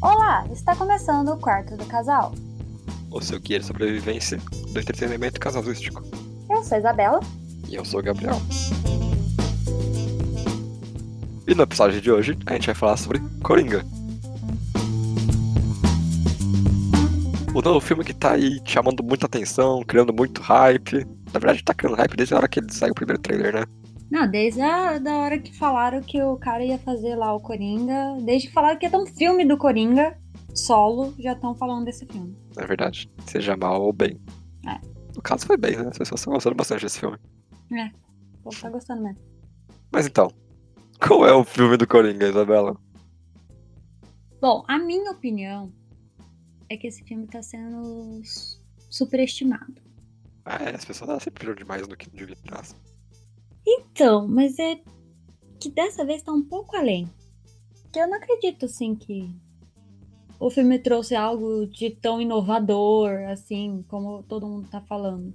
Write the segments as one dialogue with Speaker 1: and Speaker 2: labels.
Speaker 1: Olá, está começando o quarto do casal.
Speaker 2: O seu guia de sobrevivência do entretenimento casalístico.
Speaker 1: Eu sou a Isabela.
Speaker 2: E eu sou o Gabriel. E no episódio de hoje a gente vai falar sobre Coringa. O novo filme que tá aí chamando muita atenção, criando muito hype. Na verdade, tá criando hype desde a hora que ele saiu o primeiro trailer, né?
Speaker 1: Não, desde a da hora que falaram que o cara ia fazer lá o Coringa, desde que falaram que ia ter um filme do Coringa solo, já estão falando desse filme.
Speaker 2: Na verdade, seja mal ou bem.
Speaker 1: É.
Speaker 2: No caso, foi bem, né? Vocês estão gostando bastante desse filme.
Speaker 1: É, o povo tá gostando mesmo.
Speaker 2: Mas então, qual é o filme do Coringa, Isabela?
Speaker 1: Bom, a minha opinião é que esse filme tá sendo s- superestimado.
Speaker 2: Ah, é, as pessoas elas sempre viram demais no que devia graça.
Speaker 1: Então, mas é que dessa vez tá um pouco além. Que eu não acredito, assim, que o filme trouxe algo de tão inovador, assim, como todo mundo tá falando.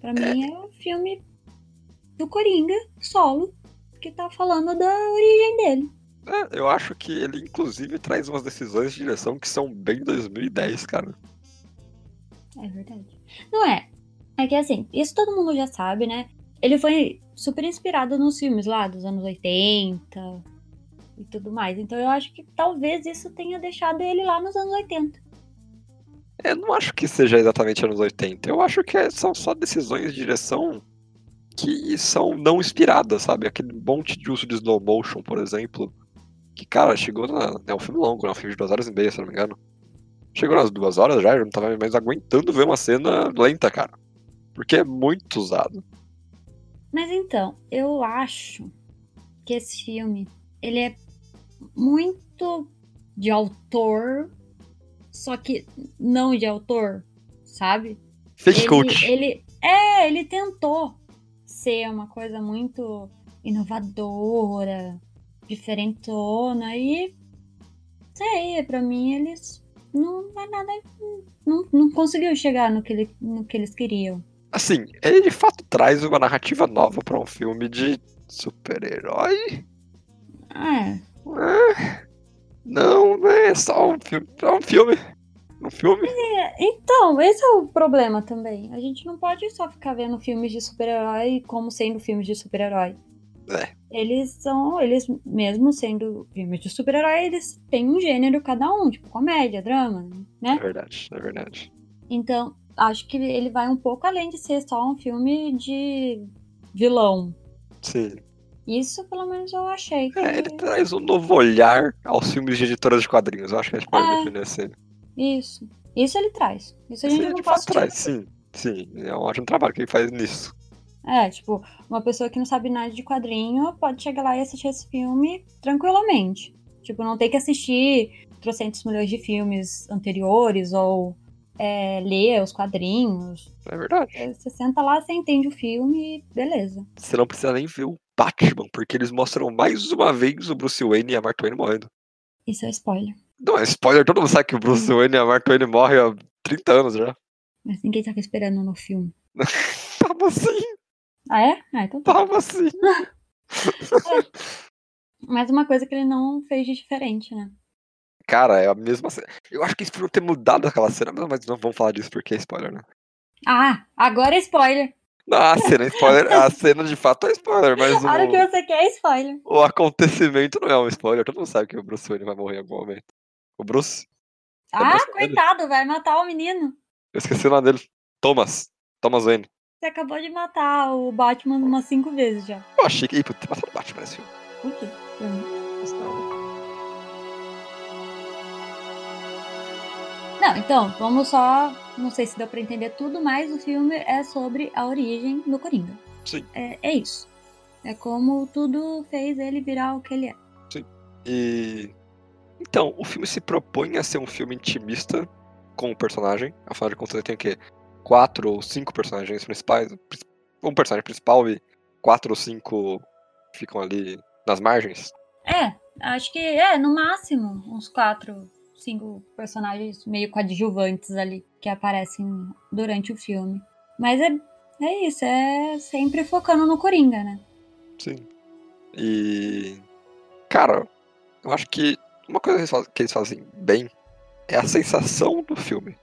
Speaker 1: Pra mim é um filme do Coringa, solo, que tá falando da origem dele.
Speaker 2: É, eu acho que ele, inclusive, traz umas decisões de direção que são bem 2010, cara.
Speaker 1: É verdade. Não é? É que assim, isso todo mundo já sabe, né? Ele foi super inspirado nos filmes lá dos anos 80 e tudo mais. Então eu acho que talvez isso tenha deixado ele lá nos anos 80.
Speaker 2: Eu não acho que seja exatamente anos 80. Eu acho que é- são só decisões de direção que são não inspiradas, sabe? Aquele monte de uso de slow motion, por exemplo. Que, cara, chegou na. É um filme longo, né? Um filme de duas horas e meia, se eu não me engano. Chegou nas duas horas já, eu não tava mais aguentando ver uma cena lenta, cara. Porque é muito usado.
Speaker 1: Mas então, eu acho que esse filme, ele é muito de autor, só que não de autor, sabe?
Speaker 2: Fake
Speaker 1: ele,
Speaker 2: cult.
Speaker 1: ele é, ele tentou ser uma coisa muito inovadora, diferentona e sei, pra mim eles não vai nada, não, não conseguiu chegar no que, ele, no que eles queriam.
Speaker 2: Assim, ele de fato traz uma narrativa nova pra um filme de super-herói.
Speaker 1: É,
Speaker 2: É. Não, não é só um filme. É um filme. Um filme.
Speaker 1: então, esse é o problema também. A gente não pode só ficar vendo filmes de super-herói como sendo filmes de super-herói.
Speaker 2: É.
Speaker 1: Eles são, eles mesmo sendo filmes de super-herói, eles têm um gênero cada um, tipo comédia, drama, né?
Speaker 2: É verdade, é verdade.
Speaker 1: Então, acho que ele vai um pouco além de ser só um filme de vilão.
Speaker 2: Sim.
Speaker 1: Isso, pelo menos, eu achei. Que...
Speaker 2: É, ele traz um novo olhar aos filmes de editoras de quadrinhos. Eu acho que a gente pode
Speaker 1: É.
Speaker 2: definir assim.
Speaker 1: Isso. Isso ele traz. Isso a gente
Speaker 2: Sim,
Speaker 1: não
Speaker 2: de
Speaker 1: pode
Speaker 2: fato
Speaker 1: tirar.
Speaker 2: traz, sim. Sim, é um ótimo trabalho que ele faz nisso.
Speaker 1: É, tipo, uma pessoa que não sabe nada de quadrinho pode chegar lá e assistir esse filme tranquilamente. Tipo, não tem que assistir trocentos milhões de filmes anteriores ou é, ler os quadrinhos.
Speaker 2: É verdade.
Speaker 1: Você senta lá, você entende o filme e beleza.
Speaker 2: Você não precisa nem ver o Batman, porque eles mostram mais uma vez o Bruce Wayne e a Martha Wayne morrendo.
Speaker 1: Isso é spoiler.
Speaker 2: Não, é spoiler, todo mundo sabe que o Bruce Wayne e a Martha Wayne morrem há 30 anos já.
Speaker 1: Mas ninguém tava esperando no filme.
Speaker 2: Tava assim,
Speaker 1: Ah, é? Ah, então tá.
Speaker 2: tava assim.
Speaker 1: Mas uma coisa que ele não fez de diferente, né?
Speaker 2: Cara, é a mesma cena. Eu acho que eles podiam ter mudado aquela cena, mas- mas não vamos falar disso porque é spoiler, né?
Speaker 1: Ah, agora é spoiler.
Speaker 2: Não, a cena é spoiler. A cena de fato é spoiler, mas
Speaker 1: A hora que
Speaker 2: o,
Speaker 1: você quer é spoiler.
Speaker 2: o acontecimento não é um spoiler. Todo mundo sabe que o Bruce Wayne vai morrer em algum momento. O Bruce? Eu
Speaker 1: Ah,
Speaker 2: gosto dele.
Speaker 1: coitado, vai matar o menino.
Speaker 2: Eu esqueci o nome dele. Thomas. Thomas Wayne.
Speaker 1: Você acabou de matar o Batman umas cinco vezes já.
Speaker 2: Eu achei que. Ih, puta, tem matado o Batman nesse filme.
Speaker 1: Por quê?
Speaker 2: Mas não.
Speaker 1: Não, então, vamos só. Não sei se deu pra entender tudo, mas o filme é sobre a origem do Coringa.
Speaker 2: Sim.
Speaker 1: É, é isso. É como tudo fez ele virar o que ele é.
Speaker 2: E. Então, o filme se propõe a ser um filme intimista com o personagem. Afinal de contas, ele tem o quê? Quatro ou cinco personagens principais. prin- Um personagem principal e quatro ou cinco ficam ali nas margens.
Speaker 1: É, acho que é, no máximo, uns quatro, cinco personagens meio coadjuvantes ali que aparecem durante o filme. Mas é, é isso, é sempre focando no Coringa, né?
Speaker 2: Sim. E. Cara, eu acho que Uma coisa que eles faz- que eles fazem bem é a sensação do filme.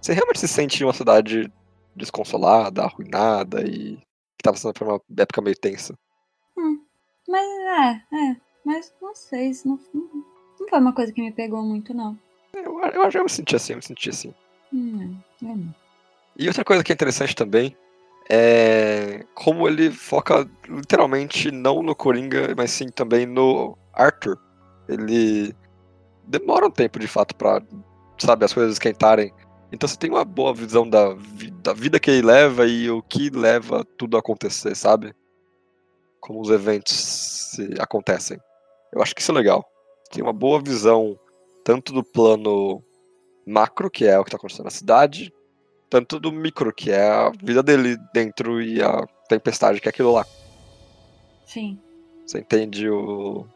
Speaker 2: Você realmente se sente em uma cidade desconsolada, arruinada e que tá passando por uma época meio tensa.
Speaker 1: Mas é, é. Mas não sei, isso não, não foi uma coisa que me pegou muito, não.
Speaker 2: Eu, eu, eu me senti assim, eu me senti assim.
Speaker 1: Não, eu não.
Speaker 2: E outra coisa que é interessante também é como ele foca literalmente não no Coringa, mas sim também no Arthur. Ele demora um tempo de fato pra, sabe, as coisas esquentarem. Então você tem uma boa visão da, vi- da vida que ele leva e o que leva tudo a acontecer, sabe? Como os eventos se acontecem. Eu acho que isso é legal. Tem uma boa visão tanto do plano macro, que é o que tá acontecendo na cidade, tanto do micro, que é a vida dele dentro e a tempestade, que é aquilo lá.
Speaker 1: Sim.
Speaker 2: Você entende o-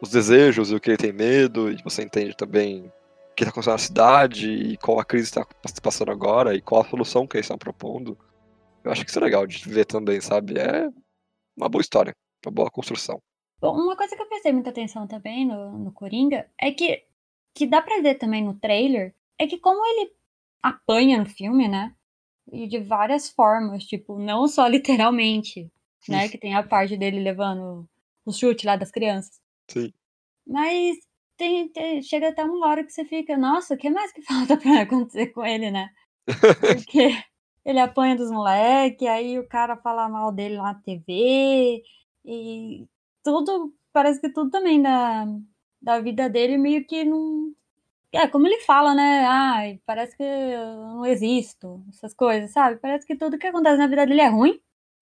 Speaker 2: os desejos e o que ele tem medo, e você entende também o que está acontecendo na cidade e qual a crise está passando agora e qual a solução que eles estão propondo. Eu acho que isso é legal de ver também, sabe? É uma boa história, uma boa construção.
Speaker 1: Bom, uma coisa que eu prestei muita atenção também no, no Coringa é que, que dá pra ver também no trailer, é que como ele apanha no filme, né? E de várias formas, tipo, não só literalmente, né? Que tem a parte dele levando o chute lá das crianças.
Speaker 2: Sim.
Speaker 1: Mas tem, tem- chega até uma hora que você fica, nossa, o que mais que falta pra acontecer com ele, né? Porque ele apanha dos moleques, aí o cara fala mal dele lá na TV, e tudo, parece que tudo também da, da vida dele meio que não. É, como ele fala, né? Ai, parece que eu não existo, essas coisas, sabe? Parece que tudo que acontece na vida dele é ruim.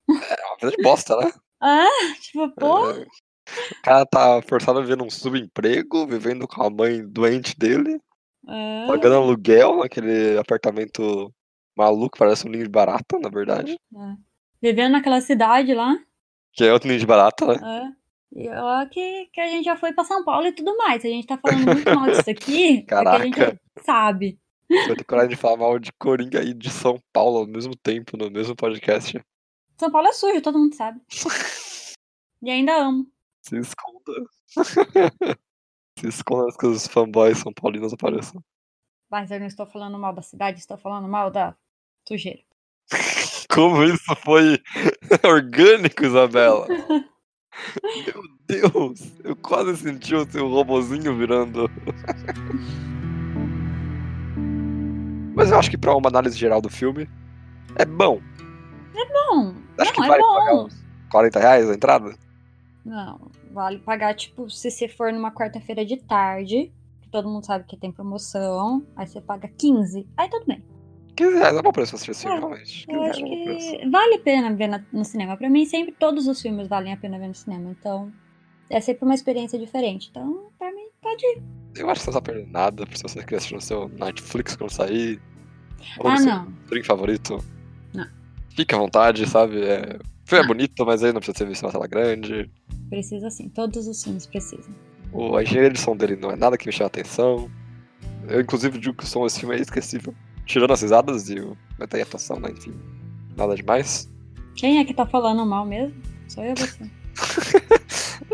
Speaker 2: É uma vida de bosta, né?
Speaker 1: Ah, tipo, pô,
Speaker 2: É, o cara tá forçado a viver num subemprego, vivendo com a mãe doente dele.
Speaker 1: ah,
Speaker 2: pagando aluguel naquele apartamento maluco, parece um ninho de barata, na verdade.
Speaker 1: vivendo naquela cidade lá.
Speaker 2: Que é outro ninho de barata, né?
Speaker 1: ah, E ó, que, que a gente já foi pra São Paulo e tudo mais. A gente tá falando muito mal disso aqui, é que a gente
Speaker 2: Caraca.
Speaker 1: sabe.
Speaker 2: Vai ter coragem de falar mal de Coringa e de São Paulo ao mesmo tempo, no mesmo podcast.
Speaker 1: São Paulo é sujo, todo mundo sabe. E ainda amo.
Speaker 2: Se esconda. Se esconda antes que os fanboys são paulinos apareçam.
Speaker 1: Mas eu não estou falando mal da cidade, estou falando mal da sujeira.
Speaker 2: Como isso foi orgânico, Isabela? Meu Deus, eu quase senti o seu robozinho virando. Mas eu acho que pra uma análise geral do filme, é bom.
Speaker 1: Bom,
Speaker 2: Acho
Speaker 1: não,
Speaker 2: que
Speaker 1: é
Speaker 2: vale pagar
Speaker 1: bom.
Speaker 2: uns 40 reais a entrada?
Speaker 1: Não, vale pagar, tipo, se você for numa quarta-feira de tarde, que todo mundo sabe que tem promoção, aí você paga 15, aí tudo bem.
Speaker 2: 15 reais é um bom preço pra assistir esse filme,
Speaker 1: É,
Speaker 2: realmente. 15
Speaker 1: Eu
Speaker 2: reais
Speaker 1: acho
Speaker 2: é um bom preço.
Speaker 1: que vale a pena ver na- no cinema. Pra mim, sempre todos os filmes valem a pena ver no cinema, então é sempre uma experiência diferente. Então, pra mim, pode ir.
Speaker 2: Eu acho que você não tá perdendo nada se você quer assistir no seu Netflix quando sair. Ou
Speaker 1: Ah,
Speaker 2: no seu
Speaker 1: não.
Speaker 2: stream favorito.
Speaker 1: Não.
Speaker 2: Fique à vontade, sabe? É... O filme
Speaker 1: Não.
Speaker 2: é bonito, mas aí não precisa ser visto na tela grande.
Speaker 1: Precisa sim, todos os filmes precisam.
Speaker 2: O, a engenharia de som dele não é nada que me chama atenção. Eu, inclusive, digo que o som desse filme é esquecível. Tirando as risadas e o... mas tem atuação, né? Enfim, nada demais.
Speaker 1: Quem é que tá falando mal mesmo? Sou eu ou você?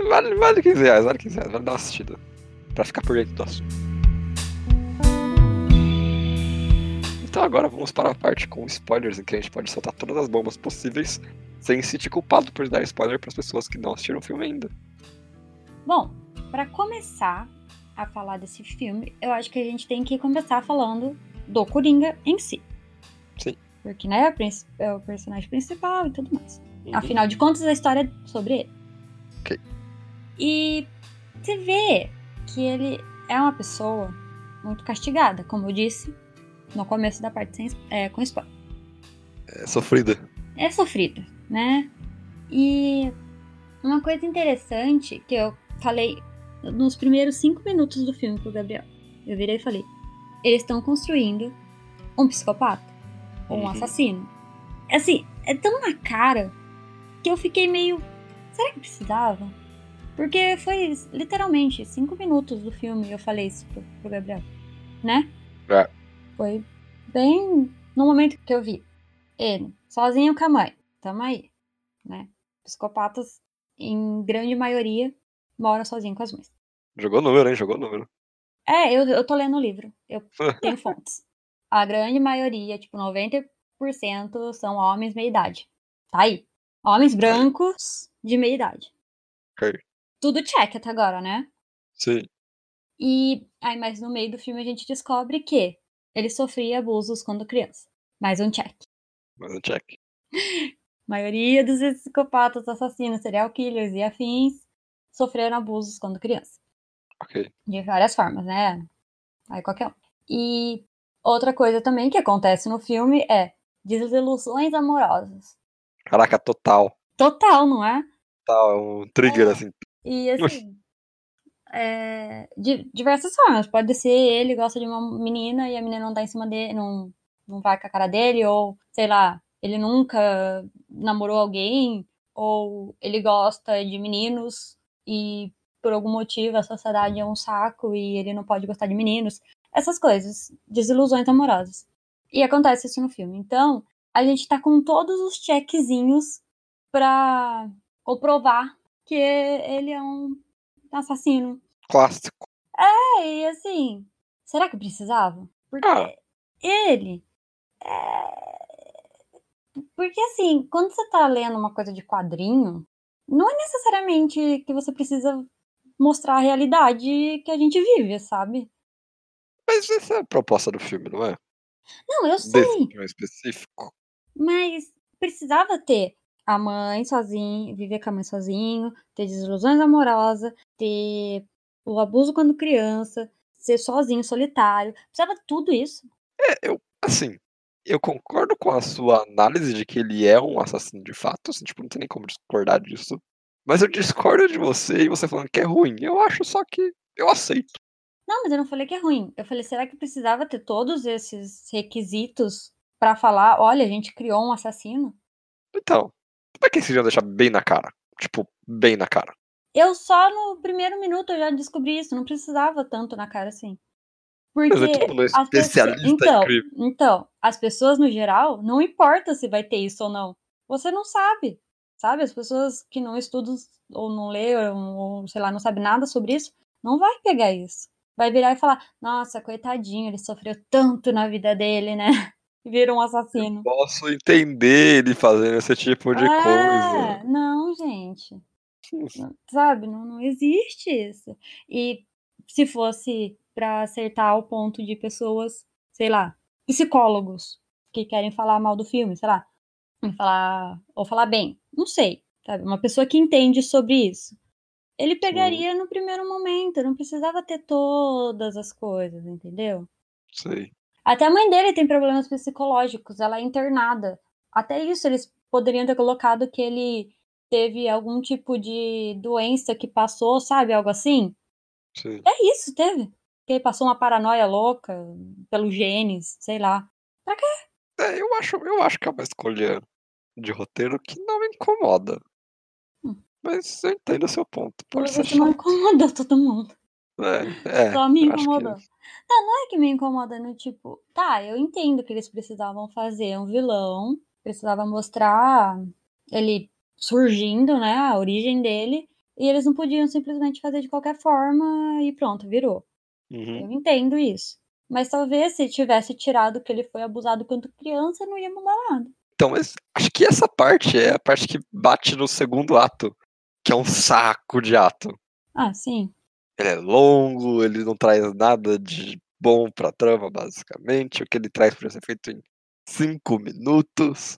Speaker 2: Vale, vale 15 reais, vale 15 reais, vale dar uma assistida. Pra ficar por dentro do assunto. Então agora vamos para a parte com spoilers, em que a gente pode soltar todas as bombas possíveis, sem se sentir culpado por dar spoiler pras pessoas que não assistiram o filme ainda.
Speaker 1: Bom, pra começar a falar desse filme, eu acho que a gente tem que começar falando do Coringa em si.
Speaker 2: Sim.
Speaker 1: Porque, né, é o princ- é o personagem principal e tudo mais. Afinal de contas, a história é sobre ele.
Speaker 2: Uhum. Ok.
Speaker 1: E você vê que ele é uma pessoa muito castigada, como eu disse no começo da parte sem, é, com spoiler.
Speaker 2: É sofrida.
Speaker 1: é sofrido, né? E uma coisa interessante que eu falei nos primeiros cinco minutos do filme pro Gabriel, eu virei e falei: eles estão construindo um psicopata, ou um
Speaker 2: Uhum.
Speaker 1: assassino. Assim, é tão na cara que eu fiquei meio. Será que precisava? Porque foi literalmente cinco minutos do filme eu falei isso pro, pro Gabriel, né?
Speaker 2: É.
Speaker 1: Foi bem no momento que eu vi ele, sozinho com a mãe. Tamo aí, né? Psicopatas, em grande maioria, moram sozinhos com as mães.
Speaker 2: Jogou número, hein? Jogou número.
Speaker 1: É, eu, eu tô lendo o livro. Eu tenho fontes. A grande maioria, tipo 90%, são homens meia-idade. Tá aí. Homens brancos de meia-idade.
Speaker 2: Ok.
Speaker 1: Tudo check até agora, né?
Speaker 2: Sim.
Speaker 1: E aí, mas no meio do filme a gente descobre que ele sofria abusos quando criança. Mais um check.
Speaker 2: Mas um check.
Speaker 1: maioria dos psicopatas, assassinos, serial killers e afins sofreram abusos quando criança.
Speaker 2: Ok.
Speaker 1: De várias formas, né? Aí qualquer um. E outra coisa também que acontece no filme é desilusões amorosas.
Speaker 2: Caraca, total.
Speaker 1: Total, não é?
Speaker 2: Total, é um trigger, assim.
Speaker 1: E assim. é, de diversas formas. Pode ser ele gosta de uma menina e a menina não tá em cima dele, não, não vai com a cara dele, ou sei lá, ele nunca namorou alguém, ou ele gosta de meninos e por algum motivo a sociedade é um saco e ele não pode gostar de meninos. Essas coisas, desilusões amorosas. E acontece isso no filme. Então, a gente tá com todos os checkzinhos pra comprovar que ele é um assassino.
Speaker 2: Clássico.
Speaker 1: É, e assim, será que eu precisava? Porque
Speaker 2: Ah.
Speaker 1: ele. é, Porque assim, quando você tá lendo uma coisa de quadrinho, não é necessariamente que você precisa mostrar a realidade que a gente vive, sabe?
Speaker 2: Mas essa é a proposta do filme, não é?
Speaker 1: Não, eu sei,
Speaker 2: Desse filme específico.
Speaker 1: mas precisava ter a mãe sozinha, viver com a mãe sozinho, ter desilusões amorosas, ter o abuso quando criança, ser sozinho, solitário. Precisava de tudo isso.
Speaker 2: Assim, eu concordo com a sua análise de que ele é um assassino de fato. Assim, tipo, não tem nem como discordar disso. Mas eu discordo de você e você falando que é ruim. Eu acho só que eu aceito.
Speaker 1: Não, mas eu não falei que é ruim. Eu falei, será que precisava ter todos esses requisitos pra falar, olha, a gente criou um assassino?
Speaker 2: Então, como é que eles iam deixar bem na cara? Tipo, bem na cara.
Speaker 1: Eu só no primeiro minuto eu já descobri isso, não precisava tanto na cara assim. Porque
Speaker 2: Mas é tipo, não é
Speaker 1: as pessoas,
Speaker 2: especialista
Speaker 1: então,
Speaker 2: em crime.
Speaker 1: então, as pessoas no geral, não importa se vai ter isso ou não. Você não sabe, sabe? As pessoas que não estudam ou não leram ou sei lá, não sabem nada sobre isso, não vai pegar isso. Vai virar e falar: "Nossa, coitadinho, ele sofreu tanto na vida dele, né? Vira um assassino".
Speaker 2: Posso entender ele fazendo esse tipo de coisa.
Speaker 1: É, não, gente. Não- Sabe, não, não existe isso. E se fosse pra acertar ao ponto de pessoas, sei lá, psicólogos que querem falar mal do filme, sei lá, ou falar, ou falar bem, não sei, sabe? Uma pessoa que entende sobre isso. Ele pegaria no primeiro momento, não precisava ter todas as coisas, entendeu?
Speaker 2: Sei.
Speaker 1: Até a mãe dele tem problemas psicológicos, ela é internada. Até isso eles poderiam ter colocado que ele teve algum tipo de doença que passou, sabe? Algo assim.
Speaker 2: Sei.
Speaker 1: É isso, teve. Que ele passou uma paranoia louca pelo genes, sei lá.
Speaker 2: É, eu acho, eu acho que é uma escolha de roteiro que não me incomoda.
Speaker 1: Hum.
Speaker 2: Mas eu entendo o seu ponto. Pode ser
Speaker 1: Você não
Speaker 2: chato.
Speaker 1: incomodou todo mundo.
Speaker 2: É, é,
Speaker 1: Só me
Speaker 2: eu acho que-
Speaker 1: incomodou. Não, não é que me incomoda no tipo, tá, eu entendo que eles precisavam fazer um vilão, precisava mostrar ele surgindo, né, a origem dele, e eles não podiam simplesmente fazer de qualquer forma e pronto, virou.
Speaker 2: Uhum.
Speaker 1: Eu entendo isso. Mas talvez se tivesse tirado que ele foi abusado quando criança, não ia mudar nada.
Speaker 2: Então, mas acho que essa parte é a parte que bate no segundo ato, que é um saco de ato.
Speaker 1: Ah, sim.
Speaker 2: Ele é longo, ele não traz nada de bom pra trama, basicamente. O que ele traz pra ser feito em cinco minutos.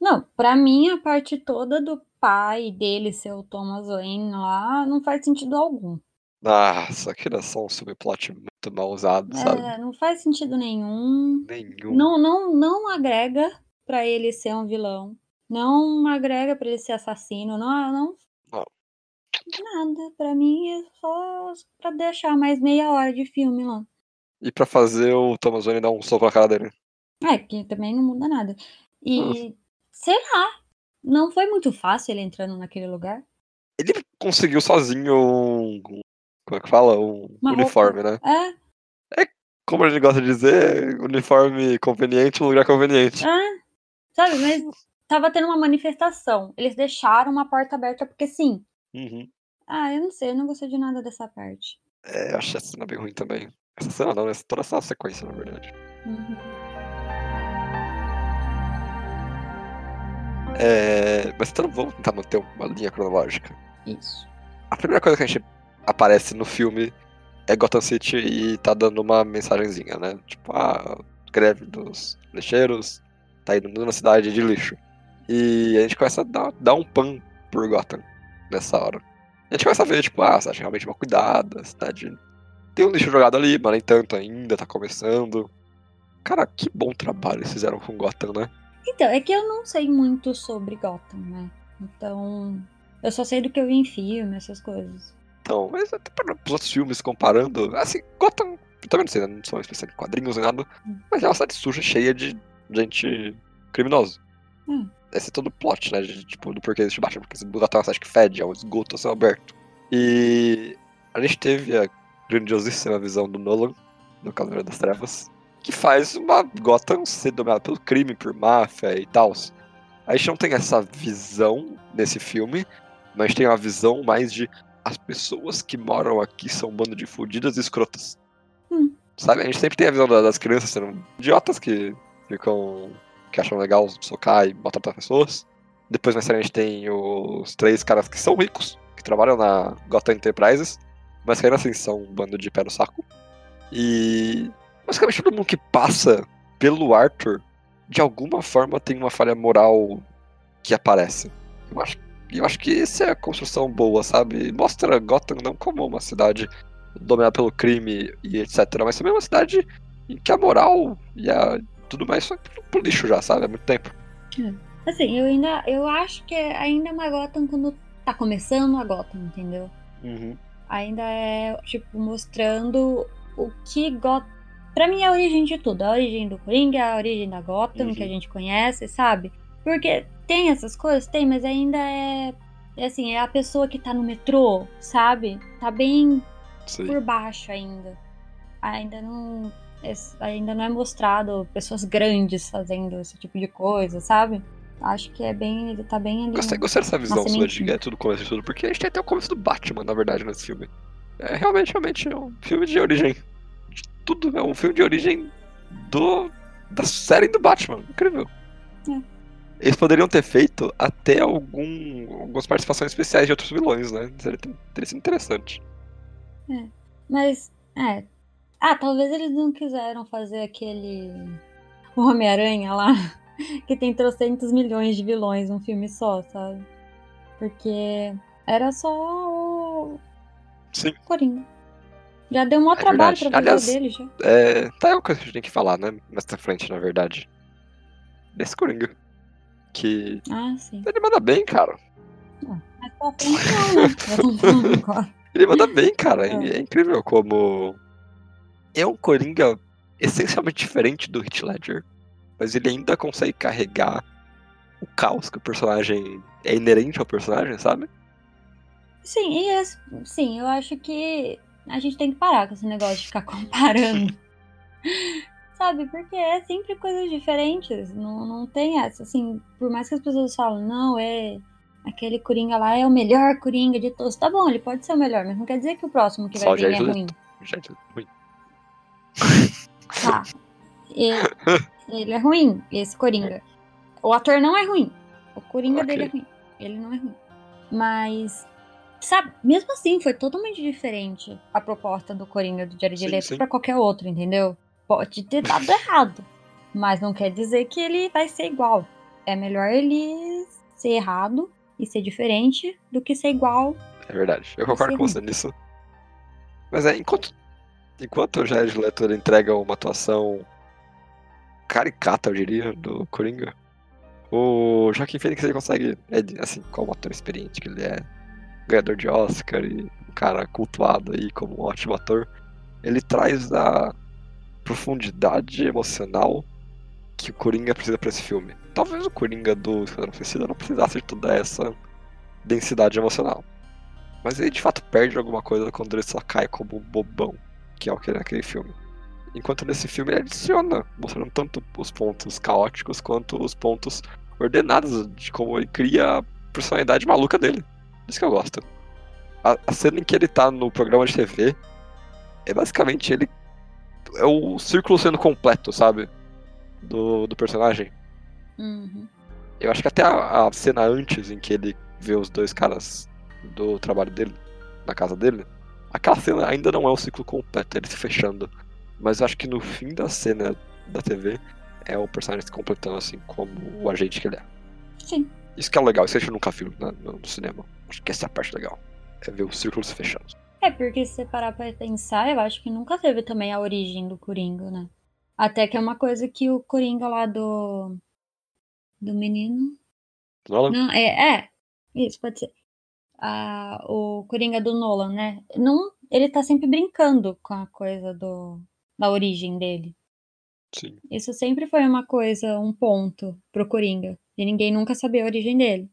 Speaker 1: Não, pra mim a parte toda do pai dele ser o Thomas Wayne lá não faz sentido algum.
Speaker 2: Nossa, aquilo é só um subplot muito mal usado, sabe?
Speaker 1: É, não faz sentido nenhum.
Speaker 2: Nenhum.
Speaker 1: não, não, não agrega pra ele ser um vilão. Não agrega pra ele ser assassino. Não, não.
Speaker 2: Não.
Speaker 1: Nada. Pra mim é só pra deixar mais meia hora de filme lá.
Speaker 2: E pra fazer o Thomas Wayne dar um soco na cara dele.
Speaker 1: É, que também não muda nada. E sei lá. Não foi muito fácil ele entrando naquele lugar.
Speaker 2: Ele conseguiu sozinho um. um- Como é que fala? Um
Speaker 1: Uma
Speaker 2: uniforme, né?
Speaker 1: É,
Speaker 2: Como ele gosta de dizer, uniforme conveniente, um lugar conveniente.
Speaker 1: é. Sabe, mas tava tendo uma manifestação. Eles deixaram uma porta aberta porque sim.
Speaker 2: Uhum.
Speaker 1: Ah, eu não sei, eu não gostei de nada dessa parte.
Speaker 2: É, eu achei essa cena bem ruim também. Essa cena não, né? toda essa sequência, na verdade.
Speaker 1: Uhum.
Speaker 2: É, mas então vamos tentar manter uma linha cronológica.
Speaker 1: Isso.
Speaker 2: A primeira coisa que a gente aparece no filme é Gotham City e tá dando uma mensagenzinha, né? Tipo, ah, greve dos lixeiros, tá indo na cidade de lixo. E a gente começa a dar, dar um pan por Gotham nessa hora. A gente começa a ver, tipo, ah, você acha realmente uma cuidada, a cidade. Tem um lixo jogado ali, mas nem tanto ainda, tá começando. Cara, que bom trabalho eles fizeram com Gotham, né?
Speaker 1: Então, é que eu não sei muito sobre Gotham, né? Então, eu só sei do que eu vi em filme, essas coisas.
Speaker 2: Então, mas até para os outros filmes comparando, assim, Gotham, eu também não sei, né? não sou especialista em quadrinhos nem nada, mas é uma cidade suja, cheia de gente criminosa.
Speaker 1: Hum.
Speaker 2: Esse é todo o plot, né? De, tipo, do porquê existe Batman, porque Gotham é uma cidade que fede, é um esgoto a céu aberto. E a gente teve a grandiosíssima visão do Nolan, no Cavaleiro das Trevas, que faz uma Gotham ser dominada pelo crime, por máfia e tal. A gente não tem essa visão nesse filme, mas tem uma visão mais de as pessoas que moram aqui são um bando de fodidas e escrotas.
Speaker 1: Hum.
Speaker 2: Sabe? A gente sempre tem a visão da- das crianças sendo idiotas que ficam. que acham legal socar e matar outras pessoas. Depois mais tarde a gente tem os três caras que são ricos, que trabalham na Gotham Enterprises, mas que ainda assim são um bando de pé no saco. E basicamente todo mundo que passa pelo Arthur, de alguma forma tem uma falha moral que aparece. Eu acho, eu acho que essa é a construção boa, sabe? Mostra Gotham não como uma cidade dominada pelo crime e etc, mas também é uma cidade em que a moral e a tudo mais foi pro, pro lixo já, sabe? Há muito tempo.
Speaker 1: Assim, eu ainda. Eu acho que é ainda é uma Gotham quando tá começando a Gotham, entendeu? Ainda é, tipo, mostrando o que Gotham. Pra mim é a origem de tudo. A origem do Coringa, a origem da Gotham,
Speaker 2: Uhum.
Speaker 1: que a gente conhece, sabe? Porque tem essas coisas, tem, mas ainda é. é assim, é a pessoa que tá no metrô, sabe? Tá bem
Speaker 2: Sim.
Speaker 1: por baixo ainda. Ainda não, es- ainda não é mostrado pessoas grandes fazendo esse tipo de coisa, sabe? Acho que é bem. Ele tá bem ali.
Speaker 2: Gostei, gostei dessa visão
Speaker 1: Nossa,
Speaker 2: sua
Speaker 1: mentira.
Speaker 2: de é tudo começo de tudo, porque a gente tem até o começo do Batman, na verdade, nesse filme. É realmente, realmente é um filme de origem. De tudo, é um filme de origem do. da série do Batman. Incrível.
Speaker 1: É.
Speaker 2: Eles poderiam ter feito até algum, algumas participações especiais de outros vilões, né? Seria teria sido interessante.
Speaker 1: Mas, é. Ah, talvez eles não quiseram fazer aquele. O Homem-Aranha lá, que tem trocentos milhões de vilões num filme só, sabe? Porque era só o.
Speaker 2: Sim.
Speaker 1: Coringa. Já deu um maior
Speaker 2: É
Speaker 1: trabalho
Speaker 2: verdade.
Speaker 1: pra fazer
Speaker 2: Aliás,
Speaker 1: o dele já.
Speaker 2: É, tá é uma coisa que a gente tem que falar, né? Nessa frente, na verdade. Desse Coringa. Que.
Speaker 1: Ah, sim.
Speaker 2: Ele manda bem, cara.
Speaker 1: Mas pra frente não, né? Já tão falando agora.
Speaker 2: Ele manda bem, cara. É,
Speaker 1: É.
Speaker 2: é incrível como. É um Coringa essencialmente diferente do Heath Ledger. Mas ele ainda consegue carregar o caos que o personagem. É inerente ao personagem, sabe?
Speaker 1: Sim, e esse- sim, eu acho que a gente tem que parar com esse negócio de ficar comparando. Sabe, porque é sempre coisas diferentes, não, não tem essa, assim, por mais que as pessoas falam, não, é, aquele Coringa lá é o melhor Coringa de todos, tá bom, ele pode ser o melhor, mas não quer dizer que o próximo que
Speaker 2: Só
Speaker 1: vai
Speaker 2: o
Speaker 1: vir é
Speaker 2: Jared
Speaker 1: ruim,
Speaker 2: Gente, ruim.
Speaker 1: tá, E- ele é ruim, esse Coringa, o ator não é ruim, o Coringa
Speaker 2: Ok.
Speaker 1: dele é ruim, ele não é ruim, mas sabe, mesmo assim, foi totalmente diferente a proposta do Coringa do Jared
Speaker 2: Sim,
Speaker 1: Leto
Speaker 2: sim.
Speaker 1: pra qualquer outro, entendeu? Pode ter dado errado, mas não quer dizer que ele vai ser igual. É melhor ele ser errado e ser diferente do que ser igual.
Speaker 2: É verdade. Eu concordo com
Speaker 1: Sim.
Speaker 2: você nisso. Mas é, enquanto, enquanto o Jared Leto ele entrega uma atuação caricata, eu diria, do Coringa, o Joaquim Phoenix ele consegue, é de- assim, como ator experiente que ele é, ganhador de Oscar e um cara cultuado aí como um ótimo ator, ele traz a profundidade emocional que o Coringa precisa pra esse filme. Talvez o Coringa do Esquadrão Suicida não precisasse de toda essa densidade emocional. Mas ele de fato perde alguma coisa quando ele só cai como um bobão, que é o que ele é naquele filme. Enquanto nesse filme ele adiciona, mostrando tanto os pontos caóticos quanto os pontos ordenados de como ele cria a personalidade maluca dele. Isso que eu gosto. A, a cena em que ele tá no programa de TV é basicamente ele. É o círculo sendo completo, sabe? Do, do personagem.
Speaker 1: Uhum.
Speaker 2: Eu acho que até a, a cena antes em que ele vê os dois caras do trabalho dele, na casa dele, aquela cena ainda não é o ciclo completo, ele se fechando. Mas eu acho que no fim da cena da TV é o personagem se completando assim como o agente que ele é.
Speaker 1: Sim.
Speaker 2: Isso que é legal, isso a gente nunca viu né, no no cinema. Acho que essa é a parte legal. É ver o círculo se fechando.
Speaker 1: É, porque se você parar pra pensar, eu acho que nunca teve também a origem do Coringa, né? Até que é uma coisa que o Coringa lá do. Do menino.
Speaker 2: Nolan,
Speaker 1: Não, é. é isso, pode ser. Ah, o Coringa do Nolan, né? Não, ele tá sempre brincando com a coisa do, da origem dele.
Speaker 2: sim.
Speaker 1: Isso sempre foi uma coisa, um ponto pro Coringa. E ninguém nunca sabia a origem dele.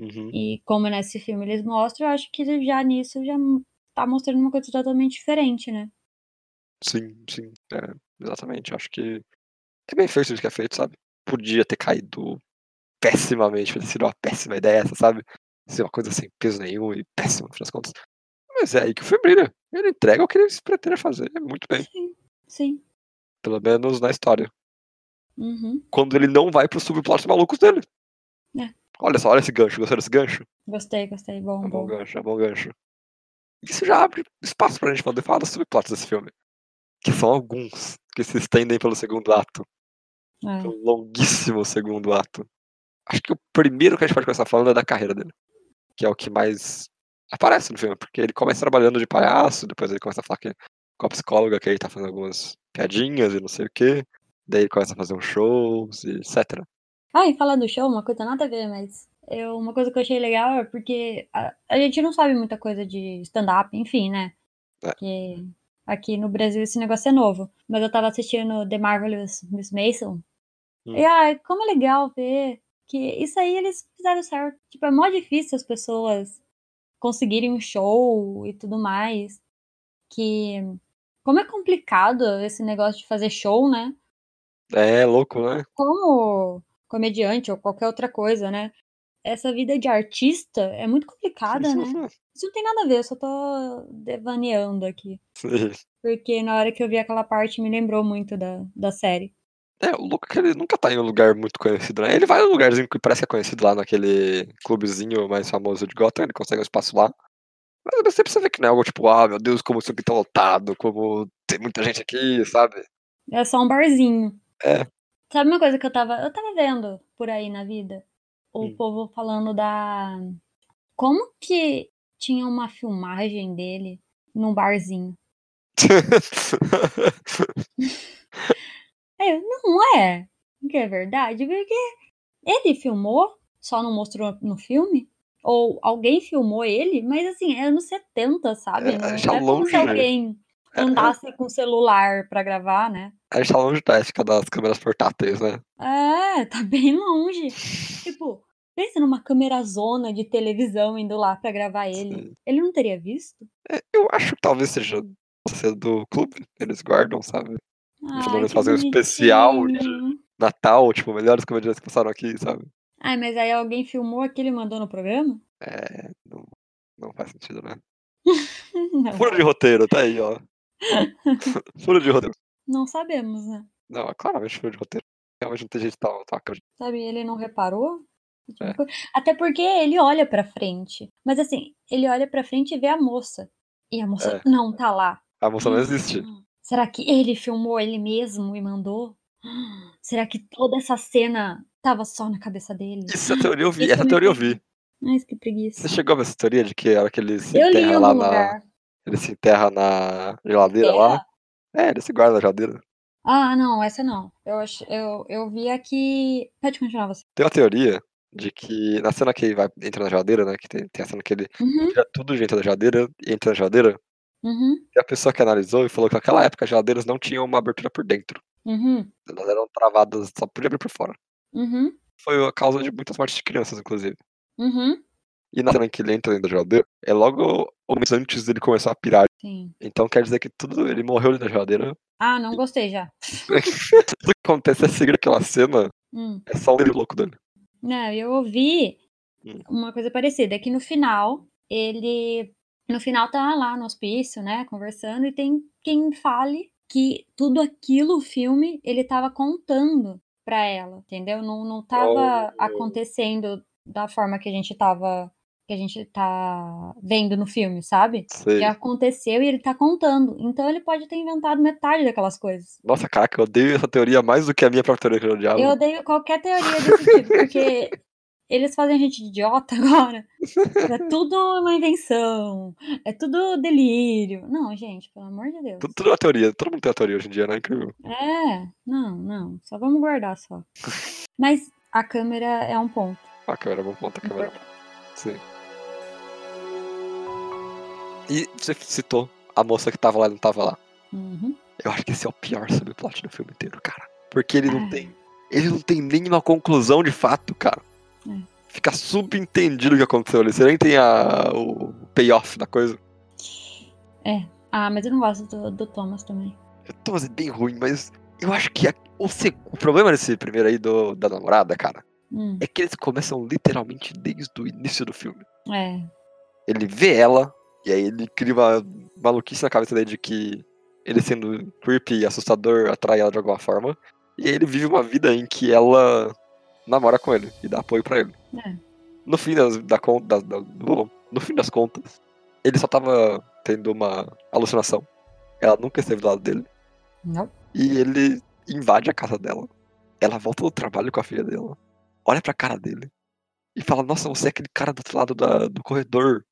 Speaker 2: Uhum.
Speaker 1: E como nesse filme eles mostram, eu acho que já nisso já tá mostrando uma coisa totalmente diferente, né?
Speaker 2: Sim, sim, é, exatamente. eu Acho que é bem feito isso que é feito, sabe? Podia ter caído pessimamente, podia ter sido uma péssima ideia essa, sabe? Ser uma coisa sem peso nenhum e péssima, no fim das contas. Mas é aí que o filme brilha. Ele entrega o que ele se pretende fazer, é muito bem.
Speaker 1: Sim, sim.
Speaker 2: Pelo menos na história.
Speaker 1: Uhum.
Speaker 2: Quando ele não vai pros subplotos malucos dele.
Speaker 1: É.
Speaker 2: Olha só, olha esse gancho, gostou desse gancho?
Speaker 1: Gostei, gostei. Tá Bom,
Speaker 2: É bom
Speaker 1: bom.
Speaker 2: gancho, é bom gancho. Isso já abre espaço pra gente poder falar dos subplots desse filme. Que são alguns que se estendem pelo segundo ato.
Speaker 1: É.
Speaker 2: um longuíssimo segundo ato. Acho que o primeiro que a gente pode começar falando é da carreira dele. Que é o que mais aparece no filme, porque ele começa trabalhando de palhaço, depois ele começa a falar que, com a psicóloga que ele tá fazendo algumas piadinhas e não sei o quê. Daí ele começa a fazer uns shows e etc.
Speaker 1: Ah, e falando do show, uma coisa nada a ver, mas eu, uma coisa que eu achei legal é porque a, a gente não sabe muita coisa de stand-up, enfim, né?
Speaker 2: É.
Speaker 1: Porque aqui no Brasil esse negócio é novo. Mas eu tava assistindo The Marvelous Miss Mason.
Speaker 2: Hum.
Speaker 1: E ai, como é legal ver que isso aí eles fizeram certo. Tipo, é mó difícil as pessoas conseguirem um show e tudo mais. Que. Como é complicado esse negócio de fazer show, né?
Speaker 2: É louco, né?
Speaker 1: como comediante ou qualquer outra coisa, né? Essa vida de artista é muito complicada, né? Isso não tem nada a ver, eu só tô devaneando aqui.
Speaker 2: Sim.
Speaker 1: Porque na hora que eu vi aquela parte me lembrou muito da, da série.
Speaker 2: É, o louco é que ele nunca tá em um lugar muito conhecido, né? Ele vai num lugarzinho que parece que é conhecido lá naquele clubezinho mais famoso de Gotham, ele consegue um espaço lá. Mas você precisa ver que não é algo tipo, ah, meu Deus, como isso aqui tá lotado, como tem muita gente aqui, sabe?
Speaker 1: É só um barzinho.
Speaker 2: É.
Speaker 1: Sabe uma coisa que eu tava. Eu tava vendo por aí na vida? O
Speaker 2: Hum.
Speaker 1: povo falando da. Como que tinha uma filmagem dele num barzinho? Aí eu, não é. Que é verdade, porque ele filmou, só não mostrou no filme. Ou alguém filmou ele, mas assim, é anos 70, sabe?
Speaker 2: É,
Speaker 1: não
Speaker 2: já
Speaker 1: é como se
Speaker 2: longe, né?
Speaker 1: alguém andasse com celular pra gravar, né?
Speaker 2: A gente tá longe da época das câmeras portáteis, né?
Speaker 1: É, tá bem longe. Tipo, pensa numa câmera zona de televisão indo lá pra gravar ele. Ele não teria visto?
Speaker 2: É, Eu acho que talvez seja seja do clube, eles guardam, sabe? falou, eles
Speaker 1: que
Speaker 2: fazem um especial de-
Speaker 1: bonitinho.
Speaker 2: Natal, tipo, melhores comediantes que passaram aqui, sabe?
Speaker 1: Ai, mas aí alguém filmou aquele e mandou no programa?
Speaker 2: É, não, não faz sentido, né?
Speaker 1: Não,
Speaker 2: Furo de roteiro, tá aí, ó. Furo de roteiro.
Speaker 1: não sabemos, né?
Speaker 2: Não, é claramente furo de roteiro. Realmente não tem jeito de tá, tal, tal câmera.
Speaker 1: Sabe, ele não reparou? Esse tipo
Speaker 2: É.
Speaker 1: de coisa. Até porque ele olha pra frente. Mas assim, ele olha pra frente e vê a moça. E a moça não tá lá.
Speaker 2: A moça É. não existe.
Speaker 1: Será que ele filmou ele mesmo e mandou? Será que toda essa cena tava só na cabeça dele?
Speaker 2: Isso é a teoria eu vi,
Speaker 1: Isso
Speaker 2: essa
Speaker 1: me
Speaker 2: teoria eu vi.
Speaker 1: Ai, que preguiça.
Speaker 2: Você chegou a ver essa teoria de que a hora que ele se
Speaker 1: Eu li em
Speaker 2: enterra lá
Speaker 1: algum
Speaker 2: na.
Speaker 1: lugar.
Speaker 2: Ele se enterra na geladeira lá? É, ele se guarda na geladeira.
Speaker 1: Ah, não, essa não. Eu, ach- eu, eu vi aqui. Pode continuar você.
Speaker 2: Tem uma teoria de que na cena que ele vai entra na geladeira, né? Que tem, tem a cena que ele
Speaker 1: Uhum,
Speaker 2: tira tudo de dentro da geladeira e entra na geladeira.
Speaker 1: uhum,
Speaker 2: E a pessoa que analisou e falou que naquela época as geladeiras não tinham uma abertura por dentro.
Speaker 1: uhum,
Speaker 2: Elas eram travadas, só podia abrir por fora.
Speaker 1: uhum,
Speaker 2: Foi a causa de muitas mortes de crianças, inclusive.
Speaker 1: uhum.
Speaker 2: E na cena que ele entra dentro da geladeira, é logo momentos antes dele começar a pirar.
Speaker 1: Sim.
Speaker 2: Então quer dizer que tudo. Ele morreu dentro da geladeira.
Speaker 1: Ah, não gostei já.
Speaker 2: tudo que acontece é seguir aquela cena,
Speaker 1: Hum.
Speaker 2: é só o dele louco dele.
Speaker 1: Não, eu ouvi
Speaker 2: Hum.
Speaker 1: uma coisa parecida, é que no final ele No final tá lá no hospício, né, conversando, e tem quem fale que tudo aquilo, o filme, ele tava contando pra ela, entendeu? Não, não tava
Speaker 2: Oh.
Speaker 1: acontecendo da forma que a gente tava, que a gente tá vendo no filme, sabe?
Speaker 2: Sei.
Speaker 1: Que aconteceu e ele tá contando. Então ele pode ter inventado metade daquelas coisas.
Speaker 2: Nossa, caraca, eu odeio essa teoria mais do que a minha própria teoria que eu odiava.
Speaker 1: Eu odeio qualquer teoria desse tipo, porque eles fazem a gente de idiota agora. É tudo uma invenção, é tudo delírio. Não, gente, pelo amor de Deus.
Speaker 2: Tudo, tudo é uma teoria, todo mundo tem uma teoria hoje em dia, né? Incrível.
Speaker 1: É, não, não, só vamos guardar só. Mas a câmera é um ponto.
Speaker 2: A câmera, bom ponto, a câmera. Sim. E você citou a moça que tava lá e não tava lá.
Speaker 1: Uhum.
Speaker 2: Eu acho que esse é o pior subplot do filme inteiro, cara. Porque ele não
Speaker 1: Ah.
Speaker 2: tem. Ele não tem nenhuma conclusão de fato, cara.
Speaker 1: É.
Speaker 2: Fica subentendido o que aconteceu ali. Você nem tem a, o payoff da coisa.
Speaker 1: Ah, mas eu não gosto do, do Thomas também.
Speaker 2: Eu tô fazendo bem ruim, mas eu acho que a- o, seg- o problema desse primeiro aí do, da namorada, cara,
Speaker 1: Hum,
Speaker 2: é que eles começam literalmente desde o início do filme.
Speaker 1: é,
Speaker 2: ele vê ela, e aí ele cria uma maluquice na cabeça dele de que ele sendo creepy e assustador atrai ela de alguma forma. E aí ele vive uma vida em que ela namora com ele e dá apoio pra ele.
Speaker 1: É.
Speaker 2: No fim das, da conta, das- da- do- no fim das contas, ele só tava tendo uma alucinação. Ela nunca esteve do lado dele.
Speaker 1: não.
Speaker 2: E ele invade a casa dela. Ela volta do trabalho com a filha dela. Olha pra cara dele. E fala, nossa, você é aquele cara do outro lado da- do corredor.